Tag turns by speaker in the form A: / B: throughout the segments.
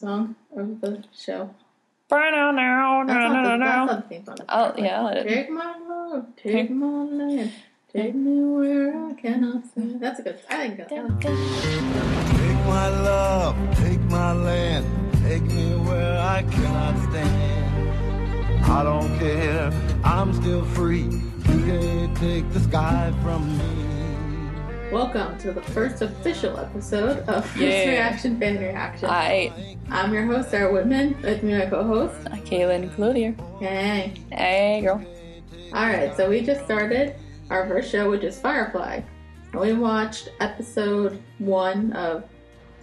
A: song of the show?
B: Burn now,
A: That's not the,
B: no,
A: that's
B: no, no.
A: not the theme song.
B: Oh, yeah, I'll let it.
A: Take my love, take my land, take me where I cannot see. That's a good. I think that's. I like that.
C: Take my love, take my land, take me where I cannot stand. I don't care, I'm still free. You can't take the sky from me.
A: Welcome to the first official episode of First
B: Yeah.
A: Reaction Fan Reaction.
B: Hi,
A: I'm your host, Sarah Woodman, with me, my co host.
B: I'm Kaylin Cloutier.
A: Hey.
B: Hey, girl.
A: Alright, so we just started our first show, which is Firefly. And we watched episode one of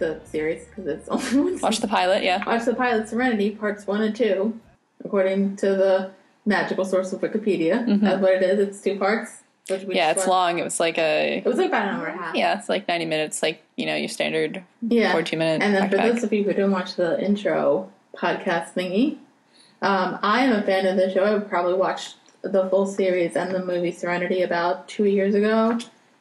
A: the series, because it's only one
B: Watch the pilot, yeah.
A: Watch the pilot Serenity parts one and two, according to the magical source of Wikipedia. That's what it is. It's two parts. Which we
B: Mm-hmm. Yeah,
A: just
B: it's
A: watched.
B: long. It was like a.
A: It was like about an hour and a half.
B: Yeah, it's like 90 minutes, like, you know, your standard
A: yeah.
B: 42 minute.
A: And then
B: back
A: for
B: to back.
A: those of you who didn't watch the intro podcast thingy, um, I am a fan of the show. I probably watched the full series and the movie Serenity about two years ago.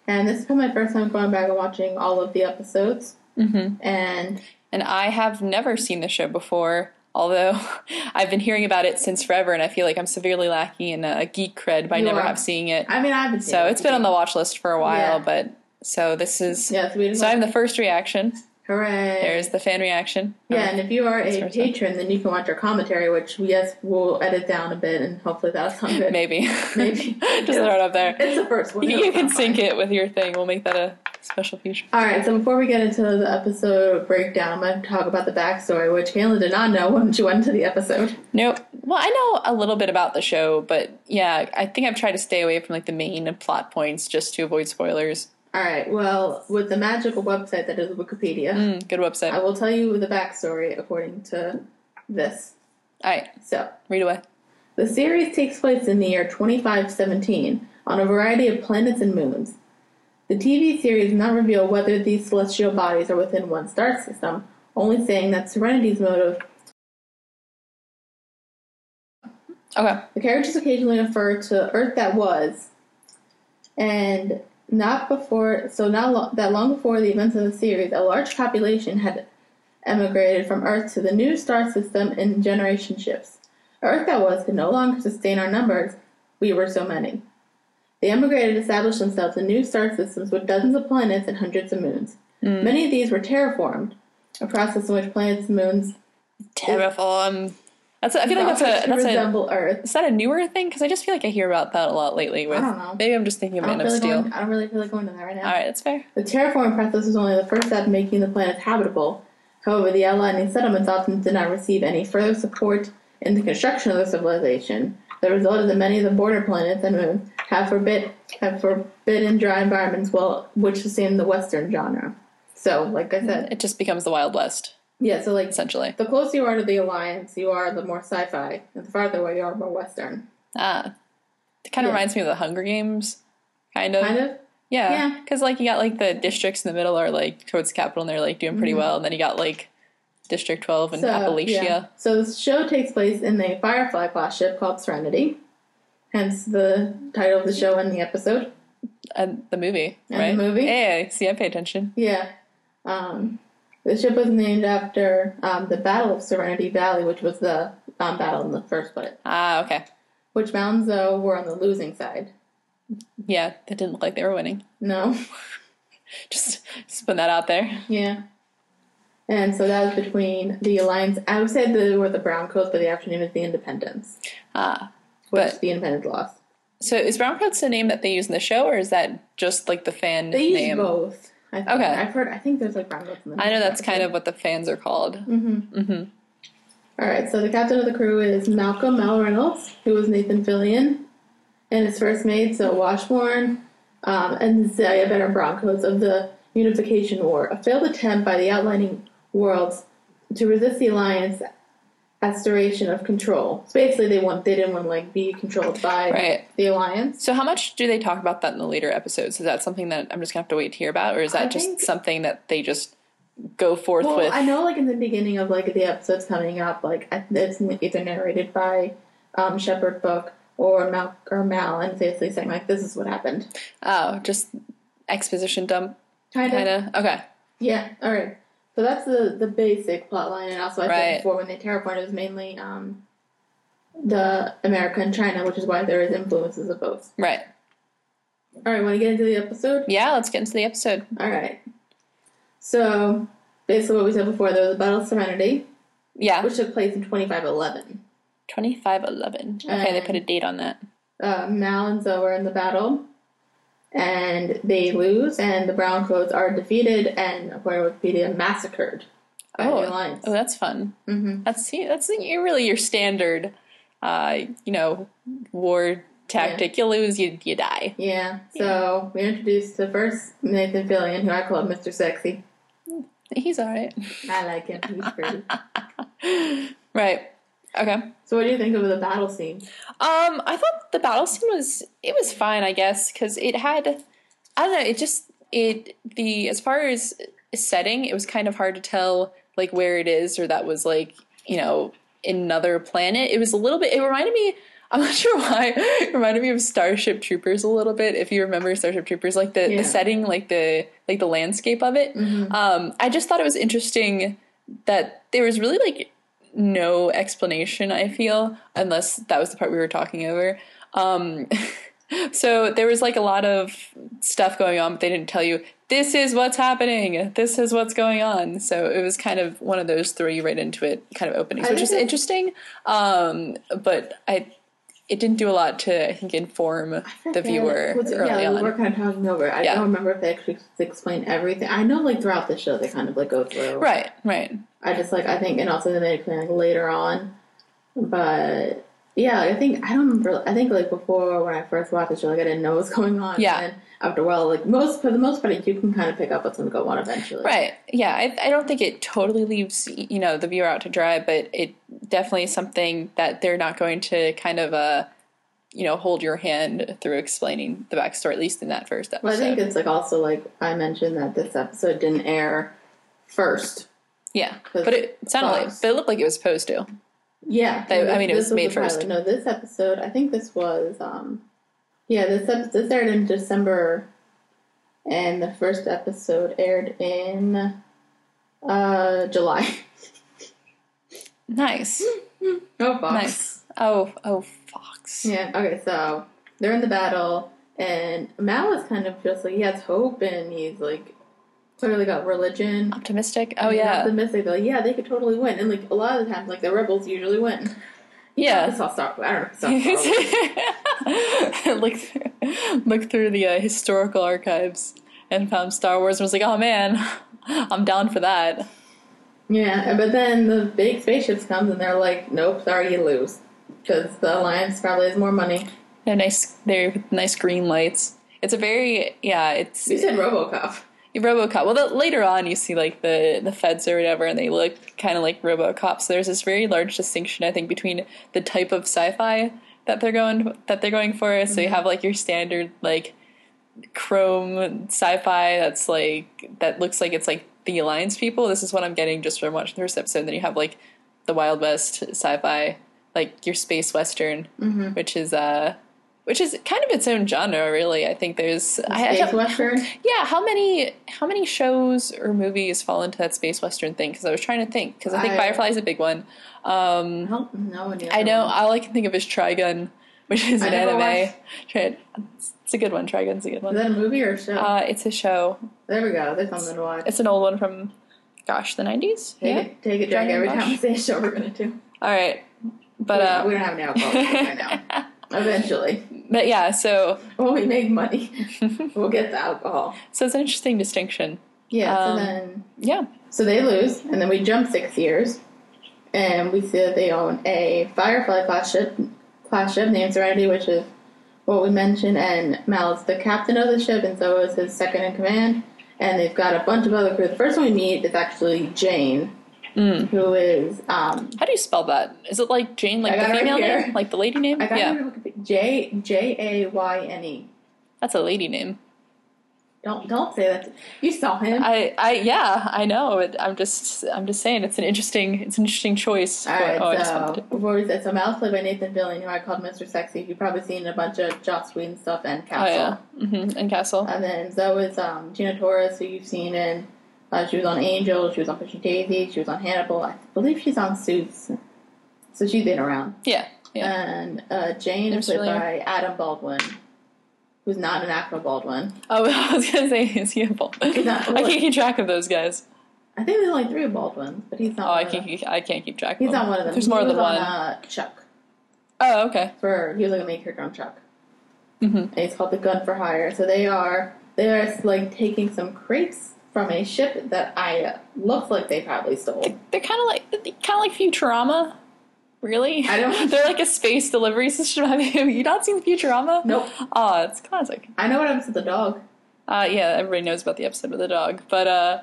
A: And this is probably my first time going back and watching all of the episodes. Mm-hmm. And
B: And I have never seen the show before, although I've been hearing about it since forever, and I feel like I'm severely lacking in uh, geek cred by
A: You
B: never
A: are.
B: have seeing it.
A: I mean, I've been
B: so it's been on the watch list for a while, but so this is.
A: Yes, we didn't
B: So I'm the first reaction.
A: Hooray.
B: There's the fan reaction.
A: Yeah, and if you are
B: fair
A: a
B: to say.
A: patron, then you can watch our commentary, which yes, we'll edit down a bit, and hopefully that's not good.
B: Maybe.
A: Maybe.
B: Just throw it up there.
A: It's the first one.
B: you can sync it with your thing. We'll make that a special feature.
A: All right, so before we get into the episode breakdown, I'm going to talk about the backstory, which Kayla did not know when she went into the episode.
B: Nope. Well, I know a little bit about the show, but yeah, I think I've tried to stay away from like the main plot points just to avoid spoilers.
A: All right, well, with the magical website that is Wikipedia,
B: Mm, Good website.
A: I
B: All
A: will tell you the backstory according to this.
B: right,
A: So,
B: read away.
A: The series takes place in the year 2517 on a variety of planets and moons. The TV series does not reveal whether these celestial bodies are within one star system, only saying that Serenity's motive.
B: Okay.
A: The characters occasionally refer to Earth that was, and not before, so not lo- that long before the events of the series, a large population had emigrated from Earth to the new star system in generation shifts. Earth that was could no longer sustain our numbers, we were so many. They emigrated and established themselves in new star systems with dozens of planets and hundreds of moons.
B: Hmm.
A: Many of these were terraformed, a process in which planets and moons
B: Terraform. That's. A, I feel like that's
A: developed
B: a.
A: to
B: That's a.
A: resemble Earth.
B: Is that a newer thing? Because I just feel like I hear about that a lot lately. With
A: don't know.
B: maybe I'm just thinking of
A: I
B: Man
A: don't,
B: of
A: really
B: Steel.
A: going, I don't really feel like going to that right now.
B: All right, that's fair.
A: The terraforming process was only the first step in making the planets habitable. However, the outlying settlements often did not receive any further support in the construction of their civilization. The result is that many of the border planets and moons have forbid have forbidden dry environments, well, which is in the Western genre. So, like I said,
B: It just becomes the Wild West
A: yeah. So, like
B: essentially.
A: the closer you are to the Alliance, you are the more sci-fi, and the farther away you are, the more Western.
B: Ah, it kind of
A: Yeah.
B: reminds me of the Hunger Games, kind of.
A: Kind of.
B: Yeah,
A: Yeah.
B: because like you got like the districts in the middle are like towards the capital and they're like doing
A: Mm-hmm.
B: pretty well, and then you got like District Twelve and Appalachia.
A: yeah. So the show takes place in a Firefly class ship called Serenity, hence the title of the show and the episode.
B: and the movie,
A: And
B: right?
A: the movie.
B: Yeah, yeah, see, I pay attention.
A: Yeah. Um, the ship was named after um, the Battle of Serenity Valley, which was the um, battle in the first place.
B: Ah, okay.
A: Which mountains, though, were on the losing side.
B: Yeah, that didn't look like they were winning.
A: No.
B: Just spin that out there.
A: yeah. And so that was between the Alliance. I would say they were the Browncoats, but the afternoon is the Independence,
B: Ah,
A: which
B: But-
A: the Independence lost.
B: so is Browncoats the name that they use in the show, or is that just like the fan
A: They used
B: name?
A: both. I think.
B: Okay.
A: I've heard. I think there's like Browncoats. In the
B: I know
A: name.
B: that's kind of what the fans are called.
A: Mm-hmm. All right, so the captain of the crew is Malcolm Mal Reynolds, who was Nathan Fillion, and his first mate, so Washburn, um, and Zelia Benner Broncos of the Unification War, a failed attempt by the outlining worlds to resist the alliance aspiration of control. So basically, they want they didn't want to like be controlled by
B: Right.
A: the alliance.
B: So how much do they talk about that in the later episodes? Is that something that I'm just gonna have to wait to hear about, or is that
A: I
B: just
A: think-
B: something that they just go forth
A: Well,
B: with?
A: I know like in the beginning of like the episodes coming up, like I- it's either narrated by um, Shepherd Book or Mal or Mal, and it's basically saying like this is what happened.
B: Oh, just exposition dump
A: Kind of.
B: kind of. Okay.
A: Yeah. All right. So that's the the basic plot line, and also I
B: Right.
A: said before when they terraformed, it was mainly um, the America and China, which is why there is influences of both.
B: Right.
A: All right, want to get into the episode?
B: Yeah, let's get into the episode.
A: All right. So basically, what we said before, there was a Battle of Serenity,
B: Yeah.
A: which took place in 2511.
B: 2511. Okay, they put a date on that.
A: Uh, Mal and Zoe are in the battle, and they lose, and the Browncoats are defeated, and Aquariopedium massacred by
B: Oh,
A: the Alliance.
B: oh, that's fun.
A: Mhm.
B: That's that's you're really your standard, uh, you know, war tactic. You lose, you you die.
A: Yeah, so we're introduced to first Nathan Fillion, who I call Mr. Sexy.
B: He's all right.
A: I like him, he's pretty.
B: Right. Okay.
A: so, what do you think of the battle scene?
B: Um, I thought the battle scene was it was fine, I guess, because it had I don't know, it just it the as far as setting, it was kind of hard to tell like where it is or that was like you know another planet. It was a little bit. It reminded me. I'm not sure why. It reminded me of Starship Troopers a little bit. If you remember Starship Troopers, like the,
A: Yeah.
B: the setting, like the like the landscape of it.
A: Mhm.
B: Um, I just thought it was interesting that there was really like no explanation i feel unless that was the part we were talking over um so there was like a lot of stuff going on but they didn't tell you this is what's happening this is what's going on so it was kind of one of those throw you right into it kind of openings
A: I
B: which
A: think
B: is
A: it-
B: interesting um but i it didn't do a lot to i think inform the viewer
A: What's-
B: early
A: yeah, we
B: on
A: were kind of talking over. it. I
B: Yeah.
A: don't remember if they actually explained everything. I know, like throughout the show, they kind of like go through.
B: right right
A: I just like I think, and also they made it clear like later on. But yeah, I think I don't remember. I think like before when I first watched the show, like I didn't know what was going on.
B: Yeah.
A: And then after a while, like most for the most part, you can kind of pick up what's going to go on eventually.
B: Right. Yeah. I, I don't think it totally leaves you know the viewer out to dry, but it definitely is something that they're not going to kind of uh you know hold your hand through explaining the backstory, at least in that first episode.
A: Well, I think it's like also like I mentioned that this episode didn't air first.
B: yeah, but it sounded like
A: Fox.
B: but it looked like it was supposed to.
A: Yeah,
B: I-
A: no,
B: I mean, it
A: this
B: was May
A: the pilot.
B: 1st.
A: No, this episode. I think this was. um Yeah, this ep- this aired in December, and the first episode aired in uh July.
B: Nice.
A: Oh,
B: Nice. Oh. Oh. Fox.
A: Yeah. Okay. So they're in the battle, and Mal is kind of just like he has hope, and he's like clearly got religion.
B: Optimistic. Oh
A: And he's
B: yeah.
A: Optimistic. They're like, yeah, they could totally win, and like a lot of the times, like the rebels usually win.
B: Yeah.
A: This all Star. I don't know. if it's all Star Wars.
B: look through, look through the uh, historical archives and found Star Wars and was like, oh man, I'm down for that.
A: Yeah, but then the big spaceships comes and they're like, "Nope, sorry, you lose," because the alliance probably has more money.
B: They have nice, they're nice green lights. It's a very yeah. It's
A: You said RoboCop.
B: RoboCop. Well, the, later on you see like the the feds or whatever, and they look kind of like RoboCop. So there's this very large distinction I think between the type of sci-fi that they're going that they're going for. So
A: Mm-hmm.
B: you have like your standard like chrome sci-fi that's like that looks like it's like the Alliance people. This is what I'm getting just from watching the first episode. And then you have like the Wild West sci-fi, like your space western,
A: Mm-hmm.
B: which is uh which is kind of its own genre, really. I think there's I- I
A: Space
B: don't-
A: Western.
B: yeah, how many how many shows or movies fall into that space western thing? Because I was trying to think. Because I think
A: I-
B: Firefly is a big one. Um,
A: I don't know any.
B: I
A: other
B: know
A: ones.
B: all I can think of is Trigun, which is
A: I
B: an
A: never
B: anime.
A: watched-
B: Tri- It's a good one. Trigun's a good
A: Is
B: one.
A: that a movie or a show?
B: Uh, it's a show.
A: there we go. There's something to watch.
B: It's an old one from, gosh, the nineties.
A: Take
B: Yeah.
A: it, take it, drink
B: Dragon
A: every
B: Rush.
A: time we say a show we're gonna do.
B: All right, but
A: We-
B: uh,
A: we don't have any alcohol right now. Eventually,
B: but yeah. So
A: when we make money, we'll get the alcohol.
B: so it's an interesting distinction.
A: Yeah.
B: Um,
A: so then,
B: Yeah.
A: so they lose, and then we jump six years, and we see that they own a Firefly class ship, class ship named Serenity, which is what we mentioned, and Mal is the captain of the ship, and so is his second in command. And they've got a bunch of other crew. The first one we meet is actually Jane, who is um,
B: How do you spell that? Is it like Jane,
A: I
B: like
A: got
B: the
A: it
B: female
A: right here.
B: name, like the lady name?
A: I got
B: Yeah,
A: her to look at the- J J A Y N E.
B: that's a lady name.
A: Don't don't say that. You saw him.
B: I, I, yeah, I know. It, I'm just, I'm just saying, it's an interesting, it's an interesting choice.
A: All
B: for-
A: right,
B: oh, I just
A: so
B: wanted to-
A: before we said, so Mal's played by Nathan Fillion, who I called Mr. Sexy. You've probably seen a bunch of Joss Whedon stuff and
B: oh
A: Castle. Uh,
B: yeah, hmm and Castle.
A: And then Zoe is um, Gina Torres, who you've seen in Uh, she was on Angel. She was on Pushing Daisy. She was on Hannibal. I believe she's on Suits. So she's been around.
B: Yeah. Yeah.
A: And uh, Jane
B: I'm
A: is played
B: familiar.
A: by Adam Baldwin, who's not an actor Baldwin.
B: oh, I was gonna say is he a bald?
A: not-
B: I can't keep track of those guys.
A: I think there's only three Baldwins, but he's not.
B: Oh,
A: one
B: I
A: of them.
B: can't. Keep, I can't keep track. Of
A: Uh, He's
B: them.
A: not one of them.
B: There's more
A: he
B: than
A: was on,
B: one.
A: Uh, Chuck.
B: oh, okay.
A: For he was like a main character on Chuck.
B: Mhm.
A: And it's called the Gun for Hire. So they are they are like taking some crates from a ship that I uh, looks like they probably stole.
B: They're kind of like kind of like Futurama. Really?
A: I don't-
B: They're like a space delivery system. Have you, have you not seen Futurama?
A: Nope.
B: Oh, it's classic.
A: I know what happens to the dog.
B: Uh, yeah, everybody knows about the episode with the dog, but uh,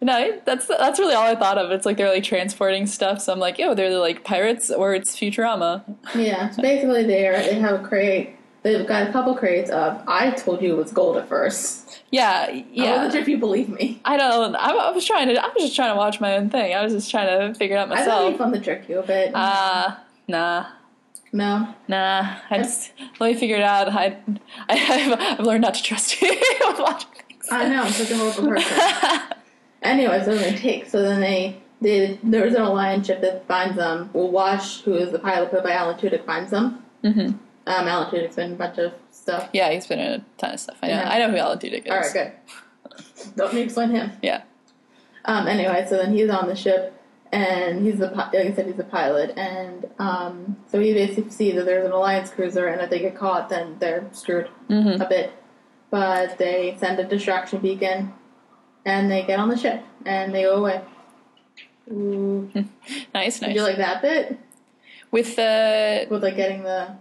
B: no, that's that's really all I thought of. It's like they're like transporting stuff, so I'm like, oh, they're like pirates or it's Futurama.
A: Yeah. So basically they are they have a crate. They've got a couple crates of I told you it was gold at first.
B: Yeah,
A: I
B: yeah.
A: wasn't sure if you believe me.
B: I don't. I, I was trying to. I was just trying to watch my own thing. I was just trying to figure it out
A: I thought you
B: myself.
A: fun to trick you a bit.
B: Uh, nah.
A: no.
B: Nah, I just let me figure it out. I, I have, I've learned not to trust you with watching things.
A: I know, I'm such a horrible person. Anyway, so they take. So then they, they there was an alliance ship that finds them. Well, Wash, who is the pilot played by Alan Tudyk, finds them.
B: Mhm.
A: Um, Alan Tudyk's been in a bunch of stuff.
B: yeah, he's been in a ton of stuff. I know.
A: Yeah.
B: I know who Alan Tudyk is.
A: All right, good. Don't need to explain him.
B: Yeah.
A: Um, anyway, so then he's on the ship, and he's the pi- like I said, he's the pilot, and um, so we basically see that there's an alliance cruiser, and if they get caught, then they're screwed
B: Mm-hmm.
A: a bit. But they send a distraction beacon, and they get on the ship, and they go away. Ooh.
B: Nice,
A: Did
B: nice.
A: you like that bit
B: With the
A: with like getting the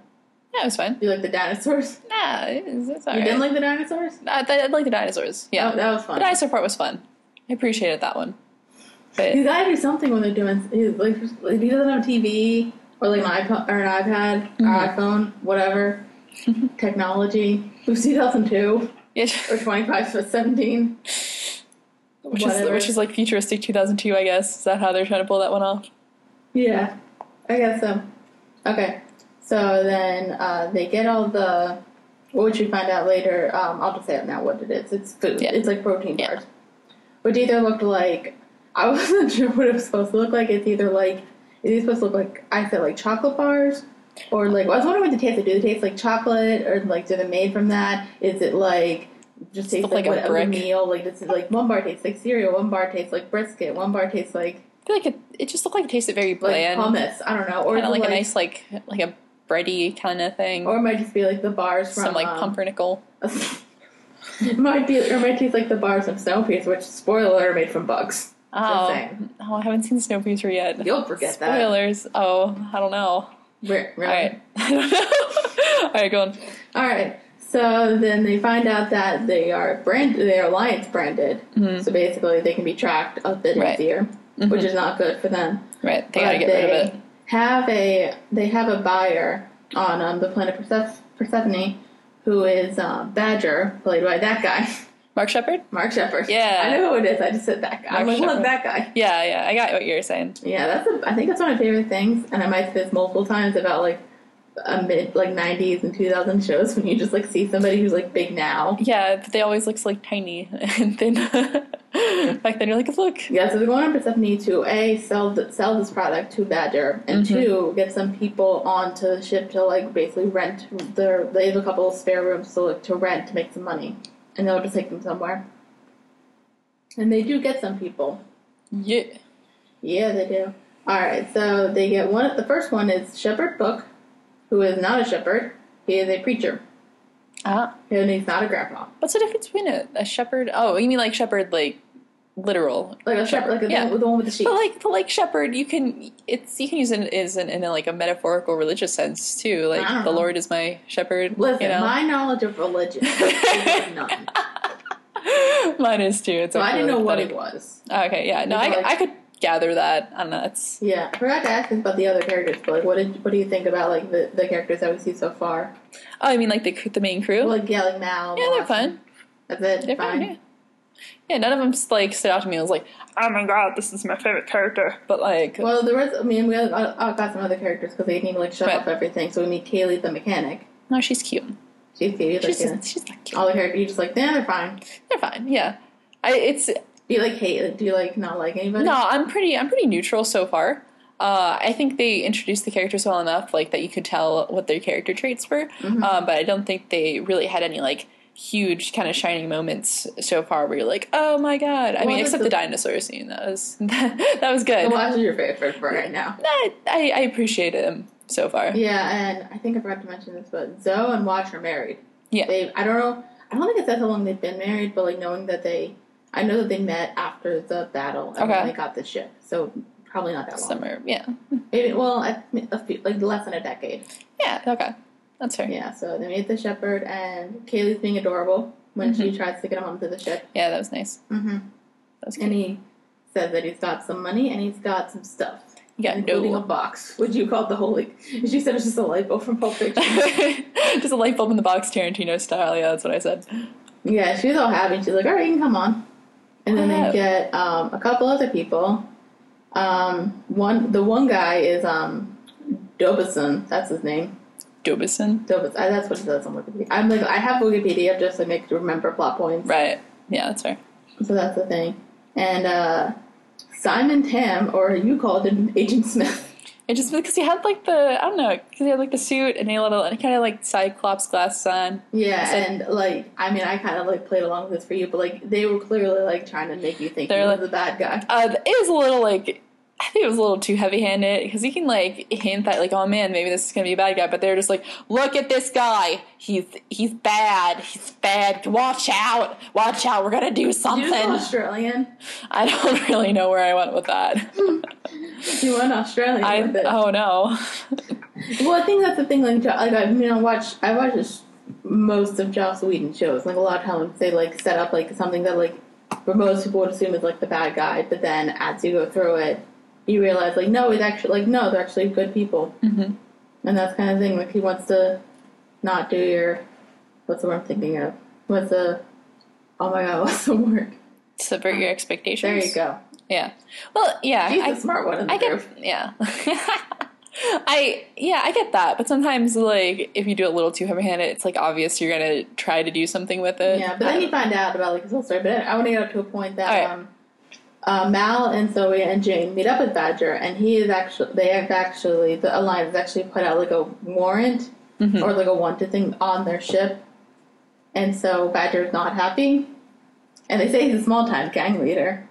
B: yeah, it was fine.
A: you like the dinosaurs?
B: Nah, it's, it's
A: you
B: alright.
A: didn't like the dinosaurs?
B: I, I like Uh, the dinosaurs. Oh, Yeah,
A: Oh, that was
B: the
A: fun.
B: dinosaur part was fun. I appreciated that one.
A: You
B: But
A: gotta do something when they're doing. He's like, if he doesn't have a TV or like an iPod or an iPad
B: Mm-hmm.
A: or iPhone, whatever technology. It was 2002
B: yeah,
A: or 25 to 17.
B: which is
A: whatever.
B: which is like futuristic 2002, I guess. Is that how they're trying to pull that one off?
A: Yeah, I guess so. Okay, so then uh, they get all the. Which we find out later. Um, I'll just say it now what it is. It's food.
B: Yeah.
A: It's like protein
B: Yeah.
A: bars. Which either looked like I wasn't sure what it was supposed to look like. It's either like it's supposed to look like I said like chocolate bars or like I was wondering what they taste like. Do they taste like chocolate or like do they made from that? Is it like just tastes
B: look
A: like,
B: like a
A: whatever
B: brick.
A: meal? Like it's like one bar tastes like cereal, one bar tastes like brisket, one bar tastes like
B: I feel like it, it just looked like it tasted very
A: like
B: bland,
A: hummus. I don't know. Or
B: kind
A: is
B: of
A: it
B: like, a nice like like a bready kind of thing,
A: Or it might just be like the bars from
B: some like
A: um,
B: pumpernickel.
A: it might be, or it might taste like the bars from Snowpiercer, which spoiler alert, are made from bugs.
B: Oh,
A: insane.
B: oh, I haven't seen Snowpiercer yet.
A: You'll forget that.
B: Spoilers. Oh, I don't know.
A: Re- really?
B: All right, I don't know. All right, go on.
A: All right. So then they find out that they are brand, they are alliance branded. So basically, they can be tracked a bit
B: Mm-hmm. Right.
A: easier, which is not good for them.
B: Right, they gotta
A: But
B: get rid of
A: they
B: it.
A: Have a they have a buyer on um, the planet Perseph- Persephone, who is um, Badger, played by that guy.
B: Mark Shepard.
A: Mark Shepard.
B: Yeah.
A: I know who it is. I just said that guy. I'm
B: Mark
A: like, look,
B: Shepard.
A: that guy.
B: Yeah, yeah, I got what you were saying.
A: Yeah, that's. A, I think that's one of my favorite things, and I might say this multiple times about like a mid like '90s and 2000 shows when you just like see somebody who's like big now.
B: Yeah, but they always look like tiny and then back then you're like, look.
A: Yeah, so they're going on Persephone to a sell th- sell this product to Badger, and
B: Mm-hmm.
A: two get some people onto the ship to like basically rent. Their, they have a couple of spare rooms to like to rent to make some money, and they'll just take them somewhere. And they do get some people.
B: Yeah.
A: Yeah, they do. All right, so they get one. The first one is Shepherd Book, who is not a shepherd. He is a preacher,
B: Ah.
A: and he's not a grandpa.
B: What's the difference between a, a shepherd? Oh, you mean like shepherd, like literal?
A: Like a shepherd, like a,
B: Yeah.
A: the, the one with the sheep.
B: But like, but like shepherd, you can it's you can use it as an, in a, like a metaphorical religious sense too. Like
A: I don't
B: the
A: know.
B: Lord is my shepherd.
A: Listen,
B: you know?
A: my knowledge of religion is none,
B: mine is too. It's
A: so I didn't know what it
B: was.
A: was.
B: Okay, yeah, no,
A: You know,
B: I,
A: like-
B: I could gather that. I don't know. It's
A: Yeah, I forgot to ask this about the other characters, but like, what did what do you think about like the, the characters that we see so far?
B: oh, I mean like the the main crew.
A: Like yeah, like Mal.
B: yeah, they're
A: Moss,
B: fun.
A: That's it.
B: They're fine.
A: fine.
B: Yeah. yeah, none of them like stood out to me. I was like, oh my god, this is my favorite character. But like,
A: Well, the rest. I mean, we got, I got some other characters because they need to like shut
B: Right.
A: off everything. So we meet Kaylee the mechanic.
B: no, she's cute.
A: She's Kaylee.
B: She's
A: like, yeah.
B: just, she's not cute.
A: all the characters. You're just like, nah, they're fine.
B: They're fine. Yeah, I it's
A: Do you like hate? Do you like not like anybody?
B: No, I'm pretty I'm pretty neutral so far. Uh, I think they introduced the characters well enough, like that you could tell what their character traits were. Uh, but I don't think they really had any like huge kind of shining moments so far where you're like, oh my god. I
A: What
B: mean,
A: was
B: except
A: the-
B: the dinosaur scene. That was that, was good.
A: Well, your favorite for right now.
B: I, I I appreciate him so far.
A: Yeah, and I think I forgot to mention this, but Zoe and Watch are married.
B: Yeah.
A: They I don't know I don't think it says how long they've been married, but like knowing that they I know that they met after the battle and when
B: Okay.
A: they got the ship. So probably not that long.
B: Summer, yeah,
A: Maybe well, I, a few, like less than a decade.
B: yeah, okay, that's fair. Yeah,
A: Yeah, so they meet the shepherd and Kaylee's being adorable when
B: Mm-hmm.
A: she tries to get him onto the ship.
B: that was nice.
A: Mm-hmm.
B: That was
A: And
B: good.
A: he says that he's got some money and he's got some stuff.
B: Yeah,
A: including a
B: no.
A: box, which you called the holy. She said it's just a lipo from Pulp Fiction.
B: Just a light bulb in the box, Tarantino style. Yeah, that's what I said.
A: Yeah, she's all happy. She's like, all right, you can come on. And then
B: Wow.
A: they get um, a couple other people. Um, one, the one guy is um, Dobison. That's his name.
B: Dobison,
A: Dobison. I, that's what it says on Wikipedia. I'm like, I have Wikipedia just to make to remember plot points.
B: right? Yeah, that's fair.
A: So that's the thing. And uh, Simon Tam, or you called him Agent Smith.
B: It just because he had like the I don't know because he had like the suit and a little and kind of like cyclops glasses on.
A: Yeah,
B: So-
A: and like, I mean, I kind of like played along with this for you, but like, they were clearly like trying to make you think
B: They're
A: he
B: like-
A: was the bad guy.
B: Uh, it was a little like I think it was a little too heavy handed because he can like hint that like oh man maybe this is gonna be a bad guy, but they're just like look at this guy he's he's bad he's bad watch out watch out we're gonna do
A: Did you know
B: something.
A: Australian?
B: I don't really know where I went with that.
A: You went Australian
B: I
A: Hmm. with it.
B: oh no.
A: Well, I think that's the thing. Like, Jo- like I mean, I watch I watch this, most of Joss Whedon shows. Like a lot of times they like set up like something that like for most people would assume is like the bad guy, but then as you go through it, you realize like no, it's actually like no, they're actually good people.
B: Mhm.
A: And that's kind of thing. Like he wants to not do your what's the word I'm thinking of? What's the oh my god, what's the word?
B: Subvert your expectations.
A: There you go.
B: Yeah. Well, yeah.
A: He's
B: I-
A: a smart one. In the
B: I
A: group.
B: get yeah. I yeah, I get that, but sometimes like if you do it a little too heavy-handed, it's like obvious you're gonna try to do something with it.
A: Yeah, but then you find out about like his whole story. But I want to get up to a point that
B: Alright.
A: um, uh, Mal and Zoe and Jane meet up with Badger, and he is actually they have actually the alliance has actually put out like a warrant or like a wanted thing on their ship, and so Badger's not happy, and they say he's a small time gang leader,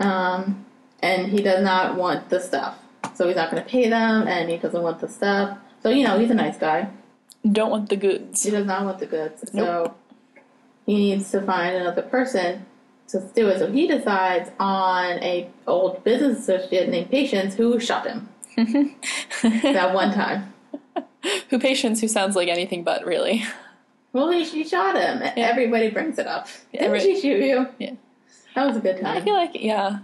A: um, and he does not want the stuff, so he's not going to pay them, and he doesn't want the stuff. So you know he's a nice guy.
B: Don't want the goods.
A: He does not want the goods.
B: Nope.
A: So he needs to find another person to do it. So he decides on a old business associate named Patience who shot him that one time.
B: who patience who sounds like anything but really.
A: Well, he, she shot him. Everybody brings it up.
B: Yeah,
A: Didn't
B: right.
A: she shoot you?
B: Yeah.
A: That was a good
B: I
A: time.
B: feel like yeah.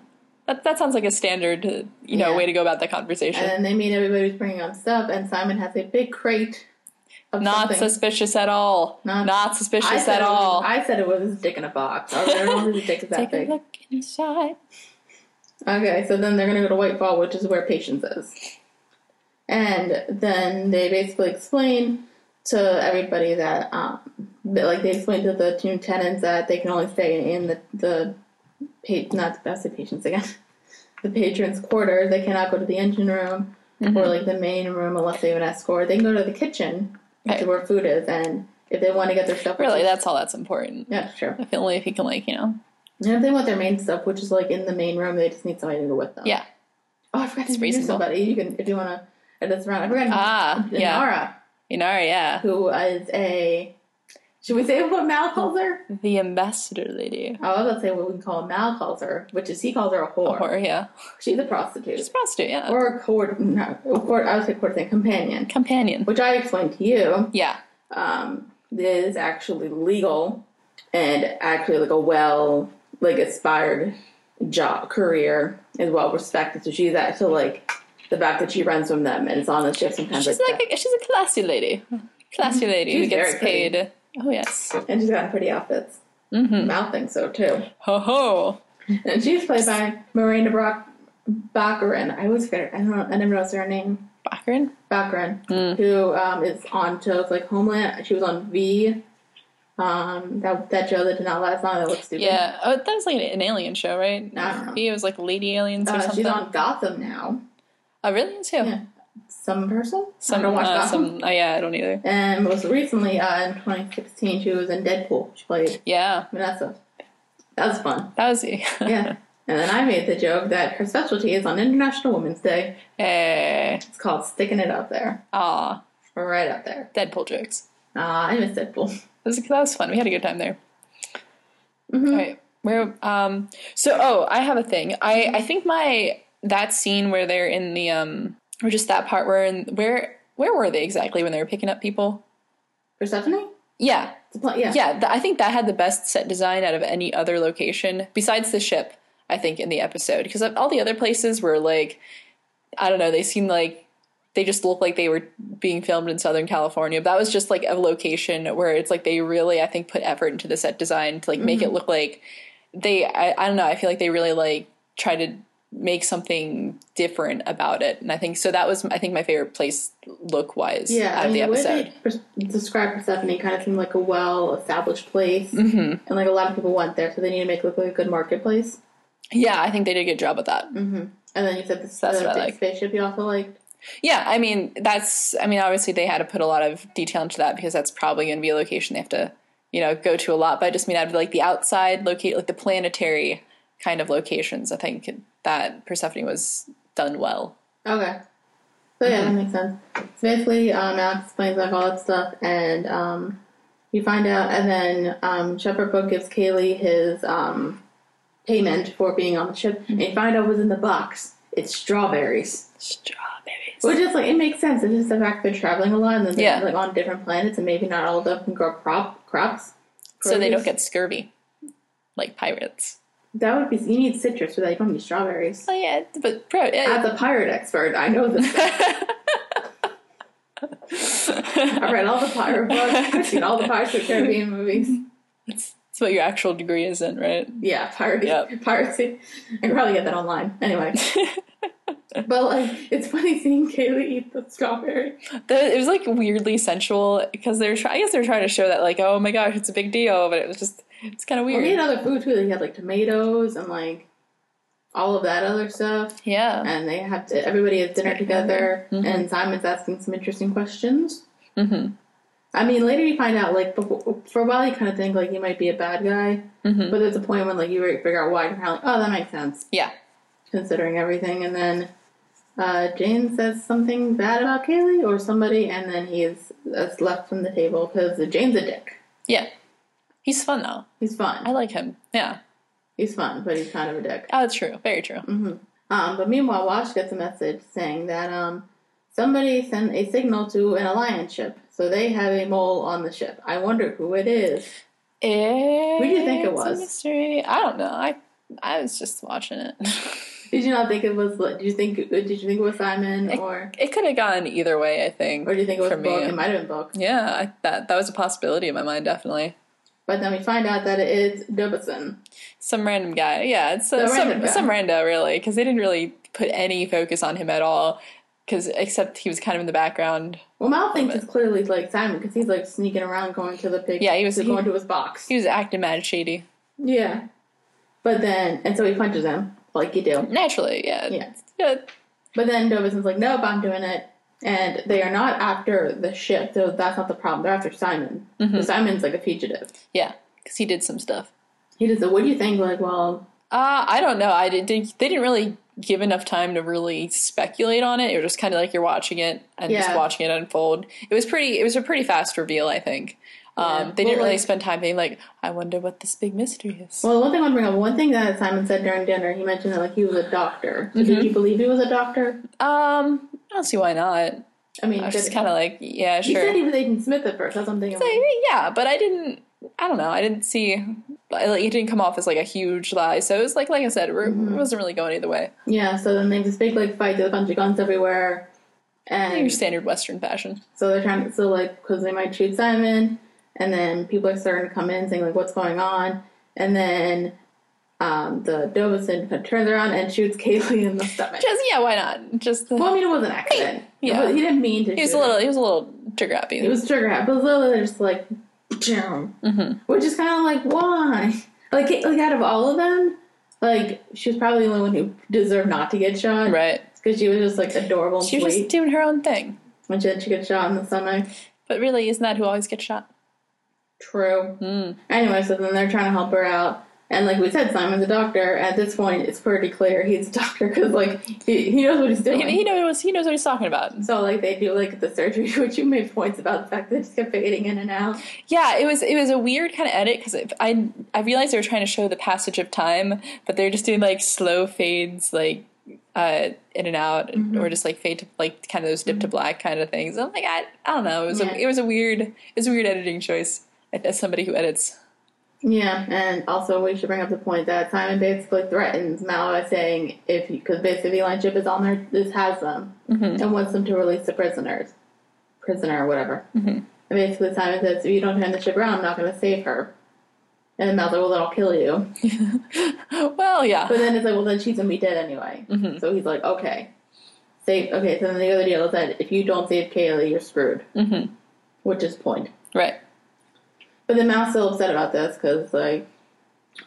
B: That that sounds like a standard uh, you know
A: Yeah. Uh,
B: way to go about that conversation.
A: And then they meet everybody who's bringing on stuff, and Simon has a big crate of
B: Not
A: something.
B: suspicious at all.
A: Not-
B: Not,
A: I
B: suspicious
A: said
B: at
A: it was-
B: all.
A: I said it was his dick in a box. I don't know if his dick is that
B: Take a
A: big.
B: look inside.
A: Okay, so then they're gonna go to Whitefall, which is where Patience is. And then they basically explain to everybody that, um, that, like, they explain to the two tenants that they can only stay in the, the pa- not the patients again, the patrons' quarters. They cannot go to the engine room
B: Mm-hmm.
A: or, like, the main room unless they have an escort. They can go to the kitchen, which is
B: Right.
A: where food is, and if they want to get their stuff.
B: Really, that's all that's important.
A: Yeah, sure.
B: If only if you can like, you know.
A: And if they want their main stuff, which is, like, in the main room, they just need somebody to go with them.
B: Yeah.
A: Oh, I forgot to introduce
B: reasonable.
A: somebody. You can, if you want to edit this around. I forgot to
B: Ah,
A: introduce
B: yeah.
A: Nara,
B: Inara, yeah.
A: who is a. Should we say what Mal calls her?
B: The ambassador lady.
A: I was about to say what we call Mal calls her, which is he calls her a whore.
B: Or yeah.
A: She's a prostitute.
B: She's a prostitute, yeah.
A: or a court, no, a court, I would say court thing, companion,
B: companion.
A: which I explained to you
B: Yeah.
A: um, is actually legal and actually like a well, like aspired job career is well respected. So she's actually like the fact that she runs from them and it's on the ship sometimes.
B: She's like a, she's a classy lady. Classy lady
A: Mm-hmm.
B: who
A: She's
B: gets
A: very pretty.
B: paid. Oh yes.
A: and she's got pretty outfits.
B: Mhm.
A: Mal thinks so too.
B: Ho ho.
A: And she's played by Miranda Brock Baccarin. I always forget. Her. I don't. know- I never know her name.
B: Baccarin? Mm.
A: Baccarin, who um, is on shows like Homeland. She was on V. Um, that that show that did not last long. That looks stupid.
B: Yeah. Oh, that was like an alien show, right?
A: I don't know.
B: It was like Lady Aliens or
A: Uh,
B: something.
A: she's on Gotham now.
B: oh, really? Too.
A: Yeah. Some person.
B: Some,
A: I don't watch
B: uh,
A: Gotham.
B: some, oh, yeah, I don't either.
A: And most recently, uh, in 2016, she was in Deadpool. She played
B: Yeah.
A: Vanessa. That was fun.
B: That was yeah.
A: Yeah. and then I made the joke that her specialty is on International Women's Day.
B: hey.
A: It's called Sticking It Up There.
B: Aw.
A: Right up there.
B: Ah. Deadpool jokes.
A: Ah, I miss Deadpool.
B: That was, that was fun. We had a good time there. All right. Where um so oh, I have a thing. I I think my that scene where they're in the um or just that part where in where where were they exactly when they were picking up people?
A: Persephone?
B: Yeah.
A: It's a pla- yeah.
B: Yeah, th- I think that had the best set design out of any other location besides the ship, I think in the episode because all the other places were like I don't know, they seemed like they just looked like they were being filmed in Southern California. But that was just like a location where it's like they really, I think, put effort into the set design to like make
A: Mm-hmm.
B: it look like they. I, I don't know. I feel like they really like try to make something different about it, and I think so. That was I think my favorite place look wise
A: Yeah,
B: out
A: I
B: of
A: mean,
B: the
A: the way
B: episode.
A: they pers- describe Persephone kind of seemed like a well-established place,
B: hmm
A: and like a lot of people went there, so they need to make it look like a good marketplace.
B: Yeah, I think they did a good job with that.
A: Mm-hmm. And then you said the,
B: That's
A: the
B: what I
A: big
B: like.
A: spaceship you also liked.
B: Yeah, I mean that's I mean obviously they had to put a lot of detail into that because that's probably going to be a location they have to you know go to a lot. But I just mean out of like the outside locate like the planetary kind of locations. I think that Persephone was done well.
A: Okay. So yeah, that makes sense. So basically, um, Alex explains like all that stuff, and um, you find out, and then um, Shepherd Book gives Kaylee his um, payment for being on the ship, and you find out what's in the box. It's strawberries,
B: Strawberries.
A: which is like it makes sense. It's just the fact they're traveling a lot and then they're
B: Yeah.
A: like on different planets, and maybe not all of them can grow crop crops.
B: So they don't
A: Produce.
B: get scurvy like pirates.
A: that would be you need citrus for that. You don't need strawberries.
B: Oh yeah, but pro.
A: As a pirate expert, I know this. I read all the pirate books. I've seen all the Pirates of the Caribbean movies.
B: that's, that's what your actual degree is in, right?
A: Yeah, piracy.
B: Yep.
A: Piracy. I can probably get that online. Anyway. but like it's funny seeing Kaylee eat the strawberry.
B: The, it was like weirdly sensual because they were. Try- I guess they were trying to show that like, oh my gosh, it's a big deal, but it was just it's kind of
A: Well, he had
B: weird.
A: other food too. They had like tomatoes and like all of that other stuff.
B: Yeah.
A: And they have to, everybody has dinner together and Simon's asking some interesting questions.
B: Mm-hmm.
A: I mean, later you find out, like, before, for a while you kind of think, like, he might be a bad guy.
B: Mm-hmm.
A: But there's a point when, like, you really figure out why. You're kind of like, oh, that makes sense,
B: Yeah.
A: considering everything. And then uh, Jane says something bad about Kaylee or somebody, and then he is that's left from the table because Jane's a dick.
B: Yeah. He's fun though.
A: He's
B: I
A: fun.
B: like him. Yeah.
A: He's fun, but he's kind of a dick.
B: Oh, that's true. Very true.
A: Um, but meanwhile, Wash gets a message saying that um, somebody sent a signal to an alliance ship. So they have a mole on the ship. I wonder who it is.
B: What
A: do you think it was?
B: mystery. I don't know. I I was just watching it.
A: Did you not think it was? Did you think? uh, Did you think it was Simon or?
B: it could have gone either way. I think.
A: Or do you think it was
B: for
A: book?
B: me.
A: It might have been book.
B: Yeah, I, that that was a possibility in my mind. Definitely.
A: But then we find out that it is Dobson.
B: some random guy. Yeah, it's uh,
A: The
B: some
A: random guy.
B: some rando really, because they didn't really put any focus on him at all. Because except he was kind of in the background.
A: Well, Mal thinks it's clearly like Simon because he's like sneaking around, going to the pig.
B: Yeah, he was-
A: to
B: he-
A: going to his box.
B: He was acting mad shady.
A: yeah, but then and so he punches him like you do.
B: Naturally, yeah.
A: Yeah,
B: Yeah,
A: but then Dobson's like, nope, I'm doing it. And they are not after the ship, so that's not the problem. They're after Simon.
B: Mm-hmm.
A: So Simon's like a fugitive.
B: yeah. Because he did some stuff.
A: He does the what do you think? Like, well,
B: Uh, I don't know. I did, did. They didn't really give enough time to really speculate on it. It was just kind of like you're watching it and just
A: Yeah.
B: watching it unfold. It was pretty. It was a pretty fast reveal, I think. Um,
A: Yeah.
B: They didn't
A: Well,
B: really
A: like-
B: spend time being like, "I wonder what this big mystery is."
A: well, one thing I want to bring up, one thing that Simon said during dinner, he mentioned that like he was a doctor. So
B: Mm-hmm.
A: Did you believe he was a doctor?
B: um, I don't see why not.
A: I mean,
B: I was
A: did-
B: just kind of like, yeah,
A: You
B: sure.
A: said he was Agent Smith at first. That's what I'm thinking.
B: So, yeah, but I didn't. I don't know. I didn't see. I- Like, it didn't come off as like a huge lie. So it was like, like I said, we're-
A: Mm-hmm.
B: it wasn't really going either way.
A: Yeah, so then there's this big like fight. There's a bunch of guns everywhere,
B: Your
A: and
B: standard Western fashion.
A: so they're trying to so like because they might shoot Simon, and then people are starting to come in saying like what's going on, and then um, the Dovison kind of turns around and shoots Kaylee in the stomach.
B: Just yeah, why not? Just
A: well, I mean it was an accident.
B: Yeah.
A: It was- he didn't mean to.
B: he was a
A: shoot
B: little.
A: her.
B: He was a little trigger
A: It
B: happy.
A: was trigger happy. But literally, they're just like down,
B: Mm-hmm.
A: which is kind of like why? Like, it- like out of all of them, like she was probably the only one who deserved not to get shot,
B: Right.
A: Because she was just like adorable and
B: She was
A: sweet,
B: just doing her own thing.
A: and then she got shot in the stomach.
B: But really, isn't that who always gets shot?
A: True. Anyway, so then they're trying to help her out. And like we said, Simon's a doctor. At this point, it's pretty clear he's a doctor because like he, he knows what he's doing.
B: He, he knows he knows what he's talking about.
A: so like they do like the surgery, which you made points about the fact that they just kept fading in and out.
B: Yeah, it was it was a weird kind of edit because I I realized they were trying to show the passage of time, but they're just doing like slow fades, like uh, in and out,
A: Mm-hmm.
B: or just like fade to like kind of those dip to black kind of things. I'm like, I, I don't know. It was
A: Yeah.
B: a, it was a weird it was a weird editing choice as somebody who edits.
A: Yeah, and also we should bring up the point that Simon basically threatens Mal by saying if because basically the ship is on there, this has them and wants them to release the prisoners, prisoner or whatever. Mm-hmm. And basically Simon says, if you don't turn the ship around, I'm not going to save her. And Mal's like, well, then I'll kill you.
B: Well, yeah,
A: But then it's like, well, then she's gonna be dead anyway. So he's like, okay, save. Okay, so then the other deal is that if you don't save Kaylee, you're screwed. Mm-hmm. Which is point.
B: right.
A: But then Mal's still upset about this because, like,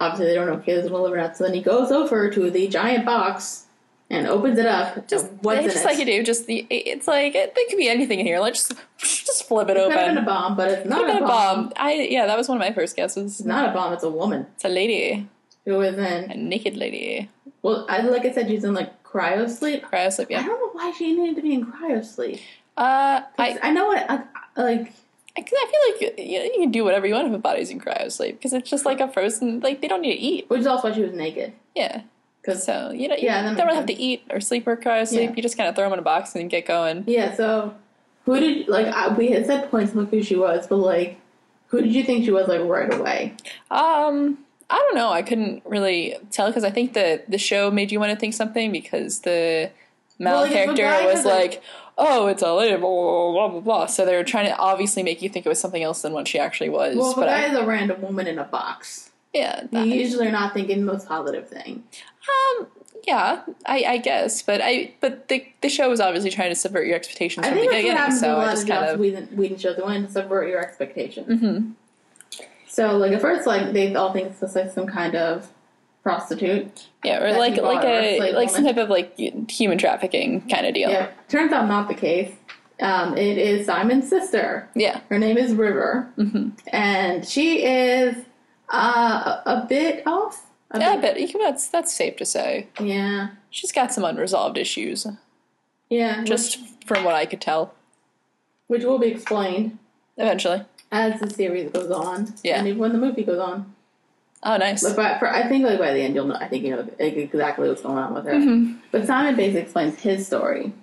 A: obviously they don't know if Kaylee's gonna live or not. So then he goes over to the giant box and opens it up.
B: Just
A: And what's
B: What's
A: in
B: just
A: it?
B: like you do. Just the it's like it, there could be anything in here. Let's just just flip it
A: It's not even a
B: open.
A: bomb, but it's not
B: Could have
A: a
B: been a
A: bomb.
B: bomb. I yeah, that was one of my first guesses.
A: It's not a bomb. It's a woman
B: It's a lady,
A: who is in.
B: a naked lady.
A: Well, I, like I said, she's in like cryo sleep.
B: Cryo sleep.
A: I
B: Yeah.
A: don't know why she needed to be in cryo sleep.
B: Uh, I
A: 'Cause I, know what, I, I- like.
B: Because I feel like you, you can do whatever you want if a body's in cryo sleep. Because it's just like a frozen, like they don't need to eat.
A: Which is also why she was naked.
B: Yeah.
A: 'Cause-
B: So you don't, you
A: Yeah, that
B: don't
A: makes
B: really have to eat or sleep or cryo sleep.
A: Yeah.
B: You just kind of throw them in a box and get going.
A: Yeah, so who did like I, we had said points look who she was, but like who did you think she was like right away?
B: Um, I don't know. I couldn't really tell because I think the the show made you want to think something because the male
A: Well, like, if a
B: character
A: guy
B: was
A: has a-
B: like, "Oh, it's a lady," blah blah blah blah blah. So they were trying to obviously make you think it was something else than what she actually was.
A: Well, if a
B: but I-
A: guy is a random woman in a box,
B: yeah,
A: you
B: that-
A: usually are not thinking the most positive thing.
B: Um, yeah, I, I guess, but I but the the show was obviously trying to subvert your expectations
A: I
B: from the
A: think that's what
B: beginning,
A: happens to a
B: so I
A: lot
B: just
A: of
B: kind
A: jobs
B: of
A: we didn't show the wind to subvert your expectations. Mm-hmm. So like at first like they all think it's just like some kind of prostitute.
B: yeah, or
A: that
B: like
A: involved
B: like
A: a
B: a
A: slave
B: like some
A: woman.
B: type of like human trafficking kind of deal.
A: Yeah. Turns out not the case. Um, it is Simon's sister.
B: Yeah.
A: Her name is River,
B: Mm-hmm.
A: and she is uh, a bit off. A
B: Yeah, but you can- that's that's safe to say.
A: Yeah,
B: She's got some unresolved issues,
A: yeah.
B: just from what I could tell.
A: which, which will be explained
B: Eventually.
A: as the series goes on.
B: Yeah.
A: and even when the movie goes on.
B: Oh, nice.
A: But by, for, I think like by the end, you'll know. I think you know like, exactly what's going on with her.
B: Mm-hmm.
A: But Simon basically explains his story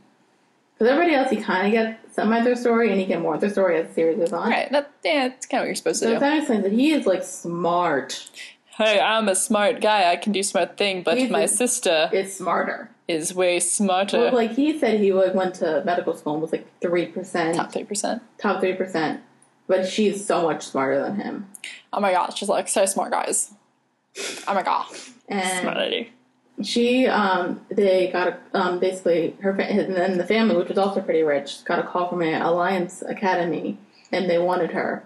A: because everybody else he kind of gets some of their story, and he get more of their story as the series goes on.
B: All right. That yeah, that's kind of what you're supposed
A: So
B: to do.
A: Simon explains that he is like smart.
B: Hey, I'm a smart guy. I can do smart thing, but
A: He's
B: my
A: a-
B: sister
A: Is smarter.
B: is way smarter.
A: Well, like he said, he like went to medical school and was like three percent,
B: Top three percent.
A: top three percent. But she's so much smarter than him.
B: Oh my gosh, she's like so smart, guys. Oh my god,
A: And
B: smart lady.
A: she, um, they got a, um, basically her fa- and then the family, which was also pretty rich, got a call from an Alliance Academy, and they wanted her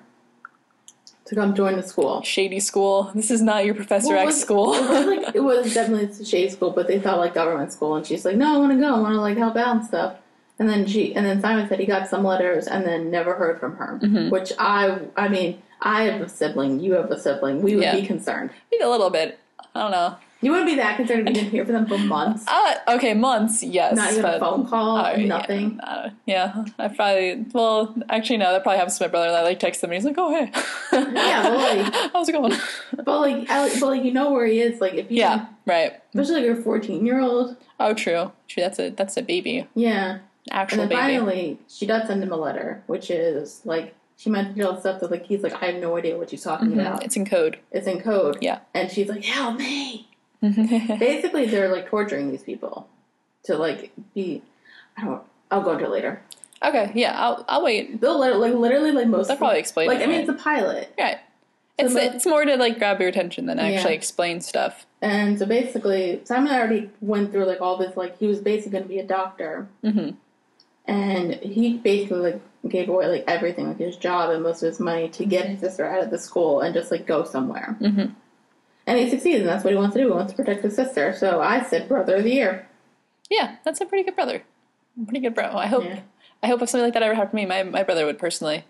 A: to come join the school.
B: shady school. This is not your Professor
A: Well, it
B: X
A: was-
B: school.
A: It was, like, it was definitely shade school, but they thought like government school, and she's like, "No, I want to go. I want to like help out and stuff." And then she, and then Simon said he got some letters, and then never heard from her.
B: Mm-hmm.
A: Which I, I mean, I have a sibling. You have a sibling. We would
B: Yeah.
A: be concerned.
B: Maybe a little bit. I don't know.
A: You wouldn't be that concerned if you didn't hear from them for months,
B: Uh, okay, months, yes.
A: not even a
B: but-
A: phone call,
B: Oh, yeah,
A: nothing.
B: uh, Yeah, I probably, well, actually, no, that probably happens to my brother. I like text him and he's like, oh, hey.
A: Yeah, well, like-
B: How's it going?
A: But like, I, but like, you know where he is. Like, if you,
B: yeah, right.
A: especially like you're a fourteen year old,
B: Oh, true. True, that's a that's a baby.
A: yeah.
B: Actual
A: And then
B: baby.
A: finally, she does send him a letter, which is like she mentioned all the stuff that like he's like, I have no idea what she's talking about.
B: it's in code.
A: It's in code.
B: Mm-hmm. Yeah.
A: And she's like, help me. Basically, they're like torturing these people to like be. I don't. I'll go into it later.
B: Okay, yeah, I'll, I'll wait.
A: They'll lit- like literally like most.
B: They'll probably explain
A: Like
B: it,
A: I mean,
B: right?
A: it's a pilot,
B: Right. It's,
A: mo-
B: it's more to like grab your attention than actually
A: Yeah.
B: explain stuff.
A: and so basically Simon already went through like all this. Like he was basically going to be a doctor, mm-hmm. and he basically like gave away like everything, like his job and most of his money to get his sister out of the school and just like go somewhere. Mm-hmm. And he succeeds, and that's what he wants to do. He wants to protect his sister. So I said, brother of the year.
B: Yeah, that's a pretty good brother. Pretty good bro. I hope.
A: Yeah.
B: I hope if something like that ever happened to me, my my brother would personally.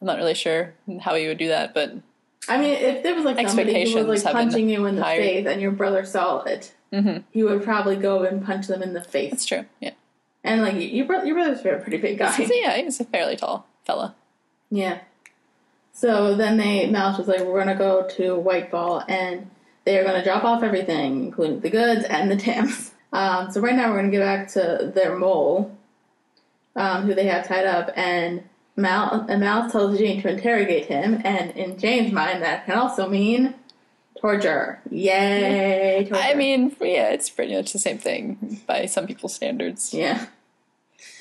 B: I'm not really sure how he would do that, but
A: I mean, if there was like somebody who was like
B: Expectations have been
A: punching you in the
B: higher.
A: face and your brother saw it,
B: Mhm.
A: he would probably go and punch them in the face.
B: it's true. Yeah,
A: And like your bro- your brother's a pretty big guy.
B: he's, yeah, he's a fairly tall fella.
A: Yeah. So then they Malice was like, "We're gonna go to Whitefall, and they are gonna drop off everything, including the goods and the Tams." Um, so right now we're gonna get back to their mole, um, who they have tied up, and Mal and Malice tells Jane to interrogate him, and in Jane's mind, that can also mean torture. Yay! Torture.
B: I mean, yeah, it's pretty much the same thing by some people's standards.
A: yeah.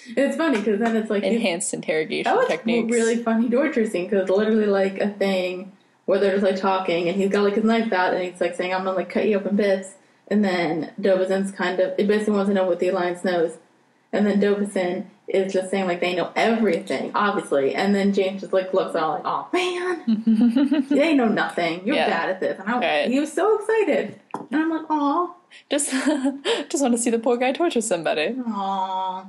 A: It's funny because then it's like you-
B: Enhanced interrogation
A: That was
B: techniques.
A: a really funny torture scene because it's literally like a thing where they're just like talking and he's got like his knife out and he's like saying, I'm gonna like cut you up in bits. And then Dobezin's kind of, it basically wants to know what the Alliance knows. And then Dobezin is just saying like they know everything, obviously. And then James just like looks at all like, oh man, they know nothing. You're
B: Yeah.
A: bad at this. And I,
B: Right.
A: he was so excited. And I'm like, aw,
B: just just want to see the poor guy torture somebody.
A: aw.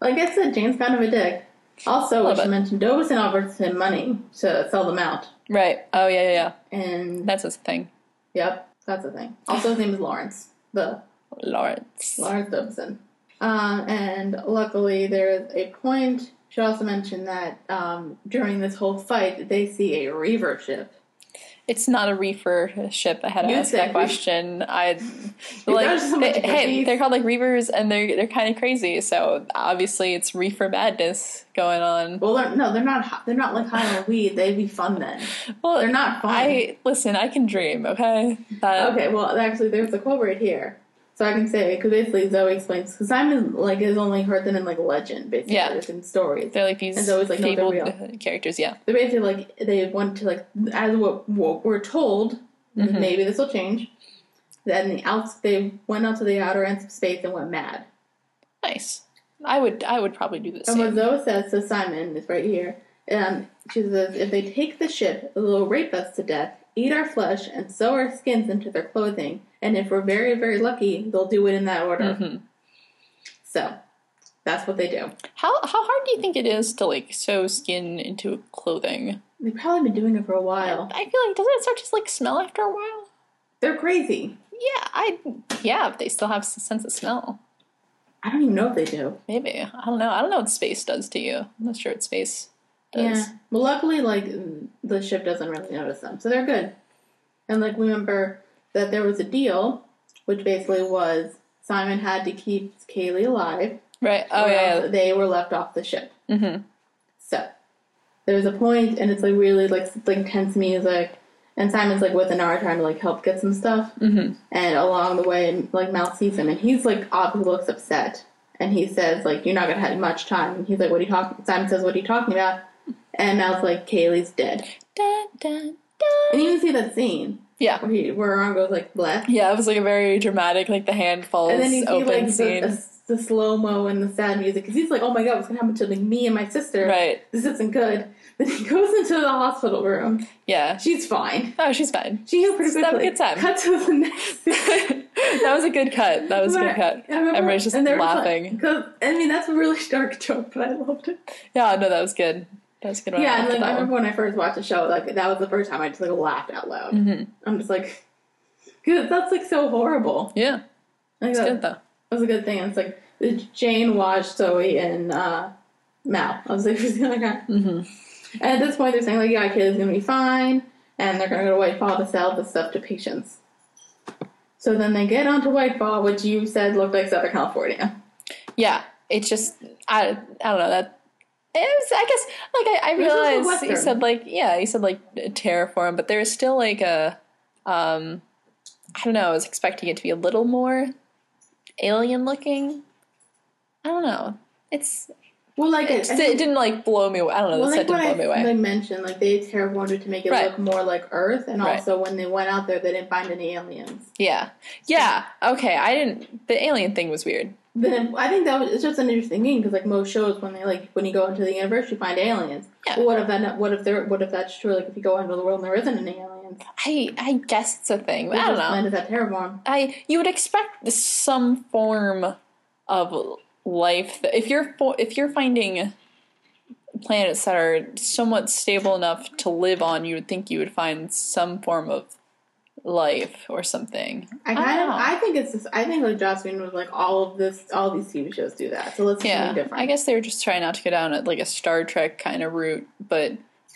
A: Like I said, James kind of a dick. Also, we
B: Love
A: should
B: it.
A: mention Dobezin offers him money to sell them out.
B: Right. Oh yeah, yeah, yeah.
A: And
B: That's his thing.
A: yep, that's the thing. Also, his name is Lawrence, the
B: Lawrence.
A: Lawrence Dobson. Um, and luckily, there is a point. She also mentioned that um, during this whole fight, they see a Reaver ship.
B: It's not a reefer ship. I had to
A: You
B: ask
A: think?
B: that question. I
A: are
B: like
A: so
B: they-
A: much
B: hey,
A: goodies.
B: they're called like reavers, and they're they're kind of crazy. So obviously, it's reefer madness going on.
A: Well, they're, no, they're not. hi- They're not like high on weed. They'd be fun then.
B: Well,
A: They're not fun.
B: I listen. I can dream. Okay. That,
A: Okay, well, actually, there's a quote right here, so I can say because basically Zoe explains because Simon like has only heard them in like legend, basically,
B: Yeah.
A: just in stories.
B: They're like these
A: And so it's like, no, they're
B: fabled characters. Yeah.
A: they're basically like they want to like as what, what we're told and
B: Mm-hmm.
A: maybe this will change then the outs they went out to the outer ends of space and went mad
B: Nice. I would. I would probably do the
A: and what
B: same.
A: zoe says to simon is right here um, she says if they take the ship they'll rape us to death eat our flesh and sew our skins into their clothing and if we're very very lucky they'll do it in that order
B: Mm-hmm.
A: so that's what they do
B: How how hard do you think it is to like sew skin into clothing?
A: they've probably been doing it for a while
B: I feel like doesn't it start to like smell after a while?
A: they're crazy
B: Yeah, I yeah, but they still have s sense of smell.
A: i don't even know if they do
B: Maybe. I don't know. I don't know what space does to you. I'm not sure what space does.
A: Yeah. Well, luckily, like the ship doesn't really notice them, so they're good. And like we remember that there was a deal, which basically was Simon had to keep Kaylee alive.
B: Right. Oh
A: or
B: yeah.
A: else
B: yeah.
A: They were left off the ship. Mm-hmm. So there's a point, and it's like really like s- like tense music. And Simon's like with Anara trying to like help get some stuff, mm-hmm. and along the way, like Mal sees him, and he's like obviously looks upset, and he says like you're not gonna have much time. And he's like, what are you talking? Simon says, what are you talking about? And Mal's like, Kaylee's dead.
B: Dun, dun, dun.
A: And you can see that scene
B: Yeah.
A: where he where Ron goes like left,
B: Yeah, it was like a very dramatic, like the hand falls
A: and then you see
B: open
A: like the,
B: scene.
A: the, the slow mo and the sad music because he's like, oh my god, what's gonna happen to like me and my sister?
B: right.
A: this isn't good. Then he goes into the hospital room.
B: Yeah.
A: She's fine.
B: Oh, she's fine.
A: She healed pretty
B: Just have a
A: quickly.
B: good time.
A: Cut to the next.
B: that was a good cut. That was a good cut. Everybody's just laughing.
A: Because I mean, that's a really dark joke, but I loved it.
B: Yeah, no, that was good. That was a good one. I
A: yeah, and
B: liked
A: like I
B: that one.
A: remember when I first watched the show, like that was the first time I just like laughed out loud.
B: Mm-hmm.
A: I'm just like, because that's like so horrible.
B: Yeah.
A: Like,
B: It's
A: that,
B: good though.
A: that was a good thing. It's like Jane, Wash, Zoe, and uh, Mal. I was like, who's the other guy? Mm-hmm. And at this point, they're saying like, yeah, Kayla's gonna be fine, and they're gonna go to Whitefall to sell the stuff to patients. So then they get onto Whitefall, which you said looked like Southern California.
B: yeah, it's just I I don't know that. It was, I guess like I, I
A: was also
B: realized you
A: Western.
B: said like yeah you said like terraform, but there is still like a um I don't know. I was expecting it to be a little more alien looking. I don't know. It's
A: Well, like I- I
B: it, just-
A: think-
B: it didn't like blow me. away. I don't know.
A: well,
B: the set
A: like
B: didn't
A: what
B: blow me away.
A: I like mentioned, like they wanted to make it
B: Right.
A: look more like Earth, and
B: Right.
A: also when they went out there, they didn't find any aliens.
B: yeah, yeah. Okay, I didn't. The alien thing was weird.
A: then I think that was it's just an interesting thing because like most shows when they like when you go into the universe you find aliens.
B: Yeah.
A: But what if that? What if there? What if that's true? Like if you go into the world and there isn't any aliens,
B: I I guess it's a thing. but
A: They
B: I don't
A: just
B: know.
A: Landed that terraform.
B: I you would expect some form of life that if you're fo- if you're finding planets that are somewhat stable enough to live on, you would think you would find some form of life or something. Oh.
A: I
B: don't
A: kind of
B: know.
A: I think it's just, I think like Joss Whedon was like all of this all these TV shows do that. So let's do
B: yeah,
A: something different.
B: I guess they were just trying not to go down a, like a Star Trek kind of route, but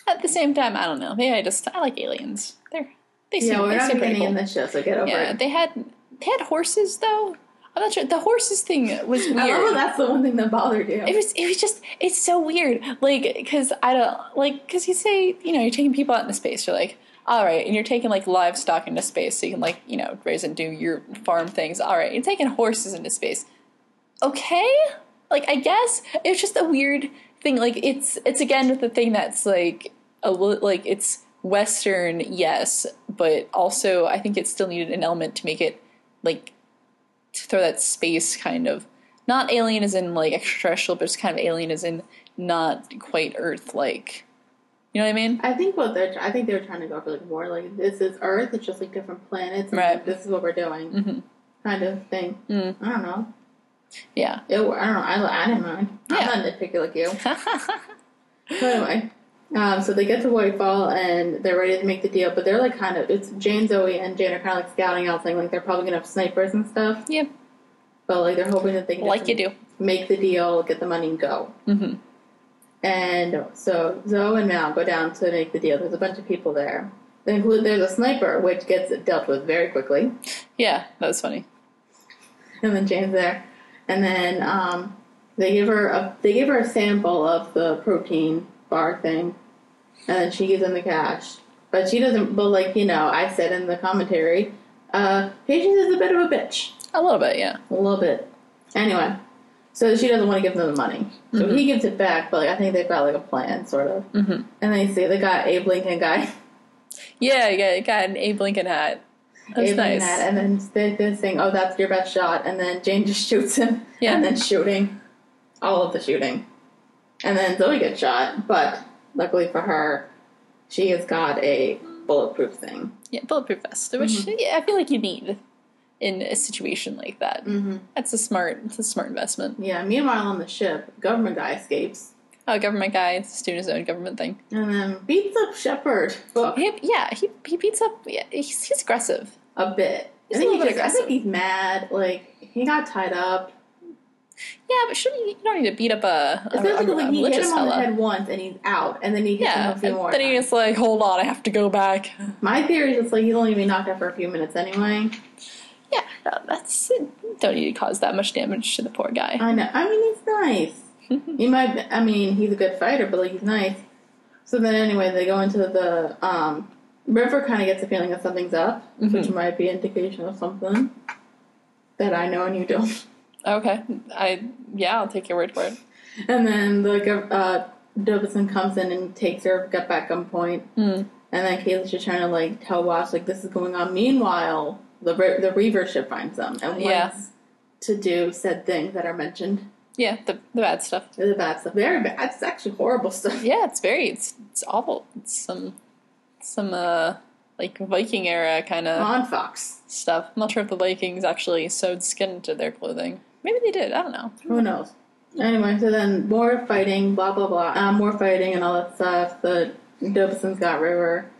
B: at the same time, I don't know. Maybe I just I like aliens. They're they seem,
A: yeah, we're
B: they
A: not
B: seem pretty
A: getting
B: cool.
A: in this show, so get over
B: Yeah,
A: it.
B: they had they had horses though. I'm not sure. The horses thing was weird.
A: I love how that's the one thing that bothered you.
B: it was it was just it's so weird. Like because I don't like because you say you know you're taking people out into space. You're like all right, and you're taking like livestock into space, so you can like you know raise and do your farm things. All right, you're taking horses into space. Okay, like I guess it's just a weird thing. Like it's it's again with the thing that's like a li- like it's Western, yes, but also I think it still needed an element to make it like to throw that space kind of not alien as in like extraterrestrial, but just kind of alien as in not quite Earth like. You know what I mean?
A: I think what they're I think they were trying to go for like more like this is Earth, it's just like different planets, and
B: Right.
A: like, this is what we're doing,
B: Mhm.
A: kind of thing.
B: Mm.
A: I don't know.
B: Yeah.
A: It, I don't know. I, I didn't mind.
B: Yeah.
A: I'm not nitpicky like you. But anyway, um, so they get to Whitefall and they're ready to make the deal, but they're like kind of it's Jane, Zoe, and Jane are kind of like scouting out, saying like they're probably gonna have snipers and stuff.
B: yeah.
A: But like they're hoping that they can
B: Like
A: just
B: you do.
A: make the deal, get the money, and go.
B: hmm
A: And so Zoe and Mal go down to make the deal. There's a bunch of people there. They include there's a sniper, which gets dealt with very quickly.
B: Yeah, that was funny.
A: And then Jane's there, and then um, they give her a they give her a sample of the protein bar thing, and then she gives them the cash. But she doesn't. But like you know, I said in the commentary, uh, Patience is a bit of a bitch.
B: A little bit, yeah.
A: A little bit. Anyway, so she doesn't want to give them the money. So he gives it back, but like, I think they've got like a plan, sort of.
B: Mhm.
A: And they see the guy, Abe Lincoln guy,
B: Yeah, yeah, it got an Abe Lincoln hat. That was
A: Abe
B: nice.
A: Lincoln, and then they're, they're saying, "Oh, that's your best shot," and then Jane just shoots him,
B: Yeah.
A: and then shooting, all of the shooting, and then Zoe gets shot. But luckily for her, she has got a bulletproof thing.
B: Yeah, bulletproof vest, which
A: Mm-hmm.
B: yeah, I feel like you need in a situation like that.
A: Mm-hmm.
B: That's a smart, it's a smart investment.
A: Yeah. Meanwhile, on the ship, government guy escapes,
B: Oh, government guy, just doing his own government thing.
A: and then beats up Shepard well,
B: He, yeah, he, he beats up. Yeah, he's, he's aggressive.
A: a bit.
B: He's
A: I
B: a
A: think
B: little
A: he just,
B: bit
A: I
B: aggressive.
A: think he's mad. Like he got tied up.
B: Yeah, but shouldn't you, you don't need to beat up a, a,
A: Especially
B: a,
A: like
B: a
A: he hit
B: religious
A: him on the
B: fella.
A: head once, and he's out, and then he hits
B: Yeah,
A: him a few more.
B: and then
A: times.
B: he's like, hold on, I have to go back.
A: My theory is it's like he's only gonna be knocked out for a few minutes anyway.
B: Yeah, no, that's don't need to cause that much damage to the poor guy.
A: I know. I mean, he's nice. he might. I mean, he's a good fighter, but like he's nice. So then, anyway, they go into the um, river. Kind of gets a feeling that something's up, which might be indication of something that I know and you don't.
B: Okay, I yeah, I'll take your word for it.
A: And then the gov- uh, Dobson comes in and takes her gut back gunpoint.
B: Mm.
A: And then Kayla's just trying to like tell Watch like this is going on. Meanwhile, the re- the Reaver ship finds them and wants
B: Yeah.
A: to do said things that are mentioned.
B: Yeah, the the bad stuff.
A: The bad stuff, very bad. It's actually horrible stuff.
B: Yeah, it's very it's it's awful. It's some some uh like Viking era kind of
A: on Fox.
B: stuff. I'm not sure if the Vikings actually sewed skin into their clothing. Maybe they did. I don't know.
A: Who knows? Anyway, so then more fighting, blah blah blah, uh, more fighting and all that stuff. The Dobson's got River,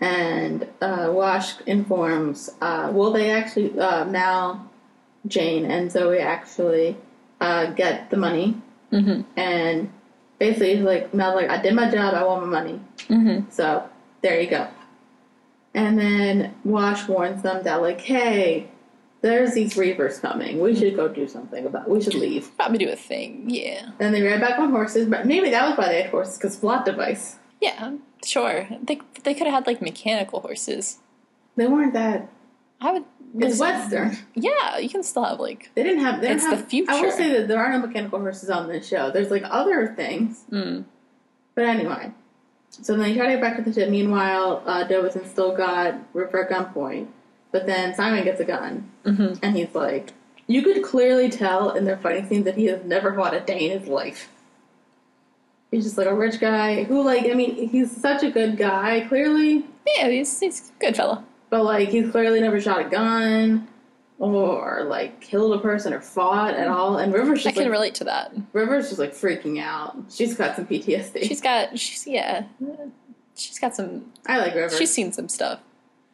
A: and uh, Wash informs. Uh, will they actually uh, Mal, Jane, and Zoe actually uh, get the money?
B: Mm-hmm.
A: And basically, he's like Mal's like, I did my job. I want my money.
B: Mm-hmm.
A: So there you go. And then Wash warns them that like, hey, there's these reapers coming. We should go do something about. We should leave.
B: Probably do a thing. Yeah.
A: Then they ride back on horses, but maybe that was why they had horses because plot device.
B: Yeah. Sure. They they could have had like mechanical horses.
A: They weren't that.
B: I would.
A: It's
B: listen.
A: western.
B: Yeah, you can still have like.
A: They didn't have. They didn't
B: It's the
A: have, I will
B: future.
A: say that there are no mechanical horses on this show. There's like other things,
B: Mm.
A: but anyway. So then they try to get back to the ship. Meanwhile, uh, Dobson still got Ripper at gunpoint, but then Simon gets a gun,
B: hmm
A: and he's like, You could clearly tell in their fighting scenes that he has never fought a day in his life. He's just like a rich guy who, like, I mean, he's such a good guy, clearly,
B: Yeah, he's, he's a good fellow.
A: but like, he's clearly never shot a gun or like killed a person or fought at all. And River's
B: I
A: just
B: can
A: like,
B: relate to that.
A: River's just like freaking out. She's got some PTSD.
B: She's got she's yeah, she's got some.
A: I like River.
B: She's seen some stuff.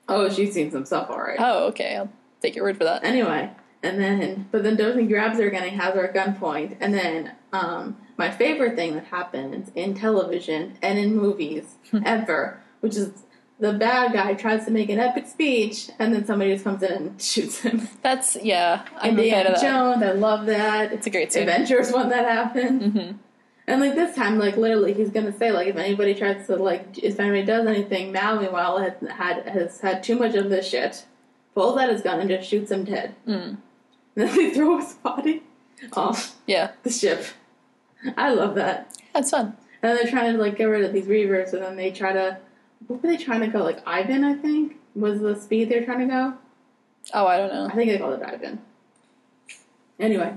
A: oh, she's seen some stuff, all right.
B: Oh, okay. I'll take your word for that.
A: Anyway, and then but then Dothan grabs her again and has her at gunpoint. And then um, my favorite thing that happens in television and in movies ever, which is the bad guy tries to make an epic speech, and then somebody just comes in and shoots him.
B: That's yeah. I'm a fan
A: Indiana
B: of that.
A: Jones, I love that.
B: It's a great scene.
A: Avengers when that happened.
B: Mhm.
A: And like this time, like literally, he's gonna say like if anybody tries to like if anybody does anything, Mal meanwhile has had has had too much of this shit, pulls out his gun and just shoots him dead.
B: Mm.
A: And then they throw his body off
B: Yeah,
A: the ship. I love that.
B: that's fun.
A: And they're trying to like get rid of these reavers, and then they try to what were they trying to go? Like Ivan, I think was the speed they're trying to go.
B: Oh, I don't
A: I
B: know.
A: think they call it Ivan. Anyway,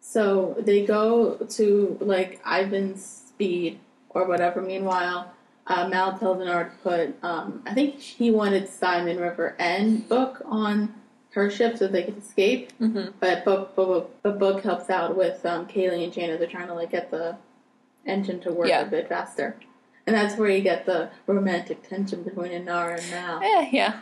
A: so they go to like Ivan's speed or whatever. Meanwhile, uh, Mal tells Denard to put. Um, I think he wanted Simon River and Book on her ship so they could escape.
B: hmm
A: But Book, Book, Book, but Book helps out with um, Kaylee and Jana. They're trying to like get the engine to work
B: Yeah.
A: a bit faster. And that's where you get the romantic tension between Inara and Mal.
B: Yeah, Eh, yeah.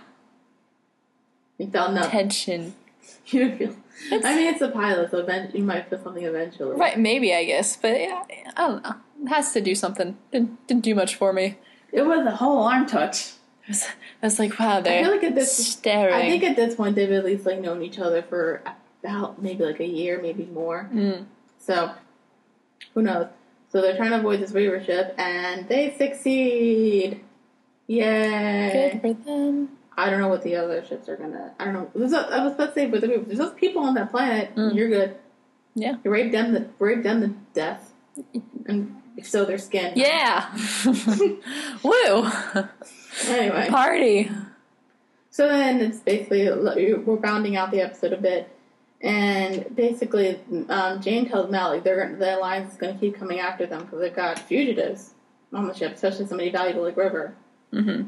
A: You fell nuts.
B: Tension.
A: You don't feel.
B: It's-
A: I mean, it's a pilot, so event- you might feel something eventually.
B: Right, maybe I guess, but yeah, I don't know. It has to do something. Didn't didn't do much for me.
A: It was a whole arm touch.
B: I was, I was like, wow,
A: I
B: they're
A: feel like at this,
B: staring.
A: I think at this point they've at least like known each other for about maybe like a year, maybe more.
B: Mm.
A: So, who knows? So they're trying to avoid this reaver ship, and they succeed. Yay!
B: Good for them.
A: I don't know what the other ships are gonna. I don't know. There's a, I was about to say, but there- there's those people on that planet.
B: Mm.
A: You're good.
B: Yeah.
A: You rape them. The, rape them to death, and so their skin.
B: Yeah. Woo.
A: Anyway.
B: Party.
A: So then it's basically we're rounding out the episode a bit, and basically um, Jane tells Mally they're the alliance is going to keep coming after them because they've got fugitives on the ship, especially somebody valuable like River.
B: Mm-hmm.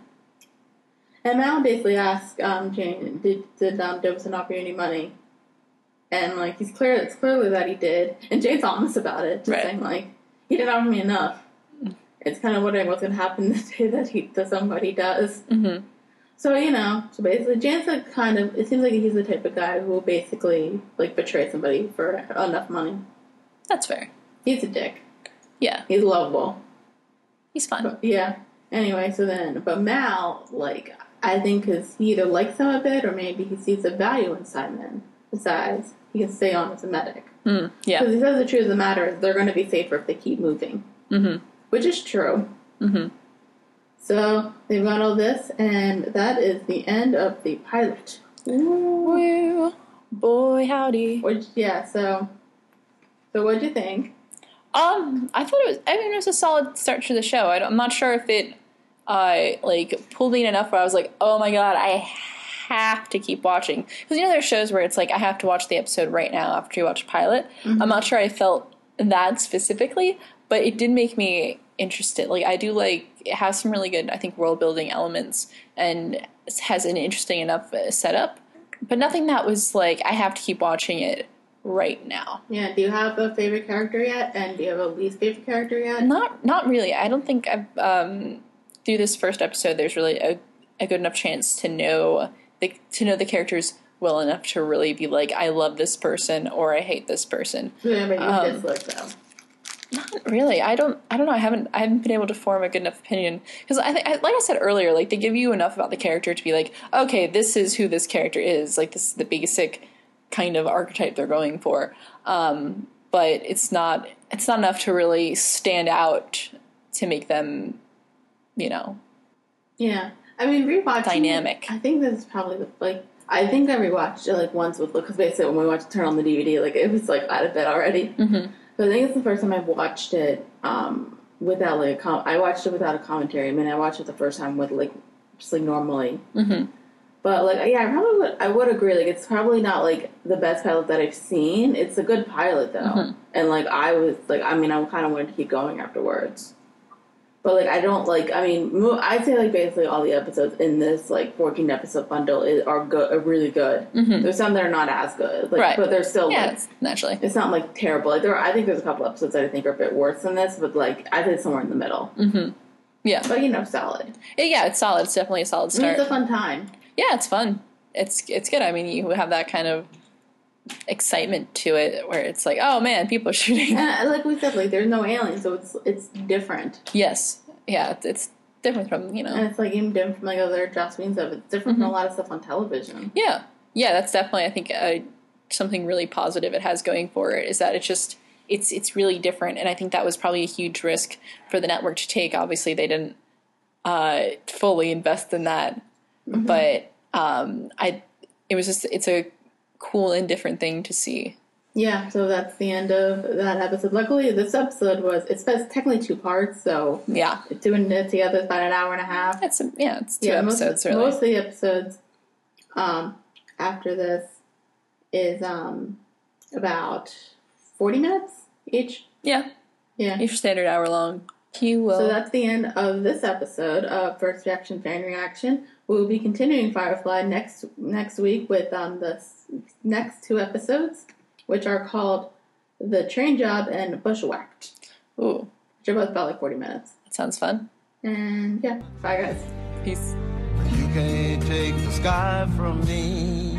A: And Mal basically asks um, Jane, "Did did um, Dobson offer you any money?" And like he's clear, it's clearly that he did. And Jane's honest about it, just
B: Right. Mm.
A: saying like he didn't offer me enough. It's kind of wondering what's going to happen the day that he does somebody does.
B: Mm-hmm.
A: So you know, so basically, Jan's like kind of. It seems like he's the type of guy who will basically like betray somebody for enough money.
B: That's fair.
A: He's a dick.
B: Yeah,
A: He's lovable.
B: he's fun.
A: But yeah. Anyway, so then, but Mal, like, I think, cause he either likes him a bit or maybe he sees the value in Simon. Besides, he can stay on as a medic.
B: Mm. Yeah.
A: Because he says the truth of the matter is they're going to be safer if they keep moving,
B: Mm-hmm.
A: which is true.
B: Mm-hmm.
A: So they've got all this, and that is the end of the pilot.
B: Woo. Boy, howdy.
A: Which yeah, so so what'd you think?
B: Um, I thought it was. I mean, it was a solid start to the show. I am not sure if it, uh, like pulled in enough where I was like, oh my god, I have to keep watching because you know there's shows where it's like I have to watch the episode right now after you watch pilot. I'm not sure I felt that specifically, but it did make me interested. Like I do like it has some really good I think world building elements and has an interesting enough uh, setup, but nothing that was like I have to keep watching it right now.
A: Yeah, do you have a favorite character yet? And do you have a least favorite character yet?
B: Not not really. I don't think I've um, through this first episode. There's really a, a good enough chance to know the to know the characters well enough to really be like, I love this person or I hate this person.
A: Yeah, but you
B: Um,
A: dislike though.
B: Not really. I don't. I don't know. I haven't. I haven't been able to form a good enough opinion because I think, I, like I said earlier, like they give you enough about the character to be like, okay, this is who this character is. Like this is the basic kind of archetype they're going for. Um, but it's not. It's not enough to really stand out to make them, you know,
A: Yeah, I mean rewatching. it,
B: Dynamic.
A: I think this is probably the like. I think I rewatched it like once with because basically when we watched Turn on the DVD, like it was like out of bed already.
B: Mhm.
A: But I think it's the first time I've watched it um, without like a com- I watched it without a commentary. I mean, I watched it the first time with like just like normally.
B: Mhm.
A: But like, yeah, I probably would. I would agree. Like, it's probably not like the best pilot that I've seen. It's a good pilot though,
B: Mm-hmm.
A: and like I was like, I mean, I kind of wanted to keep going afterwards. But like, I don't like. I mean, mo- I'd say like basically all the episodes in this like fourteen episode bundle is, are good, are really good. There's some that are not as good, like,
B: Mm-hmm. Right.
A: but they're still
B: Yeah,
A: like,
B: it's naturally.
A: it's not like terrible. Like there, are, I think there's a couple episodes that I think are a bit worse than this, but like I think somewhere in the middle.
B: Mm-hmm. Yeah.
A: But you know, solid.
B: yeah, it's solid. It's definitely a
A: I
B: solid
A: mean,
B: start.
A: it's a fun time.
B: yeah, it's fun. It's it's good. I mean, you have that kind of excitement to it where it's like, oh man, people are shooting.
A: And uh, like we said, like there's no aliens, so it's it's different,
B: yes, yeah, it's, it's different from you know.
A: and it's like even different from like other Joss Whedon stuff. It's different
B: Mm-hmm.
A: from a lot of stuff on television.
B: Yeah, yeah, that's definitely I think uh, something really positive it has going for it is that it's just it's it's really different, and I think that was probably a huge risk for the network to take. Obviously, they didn't uh, fully invest in that,
A: Mm-hmm.
B: but um, I it was just it's a cool and different thing to see.
A: Yeah, so that's the end of that episode. Luckily, this episode was it's it's technically two parts, so
B: Yeah,
A: doing it together is about an hour and a half.
B: that's yeah, it's two
A: yeah, most,
B: episodes really.
A: most of the episodes um, after this is um, about 40 minutes each.
B: yeah,
A: Yeah.
B: your standard hour long. You will.
A: So that's the end of this episode of First Reaction Fan Reaction. We will be continuing Firefly next next week with um, the s- next two episodes, which are called The Train Job and Bushwhacked,
B: Ooh,
A: which are both about like 40 minutes.
B: that sounds fun.
A: And yeah, bye guys.
B: Peace.
C: You can't take the sky from me.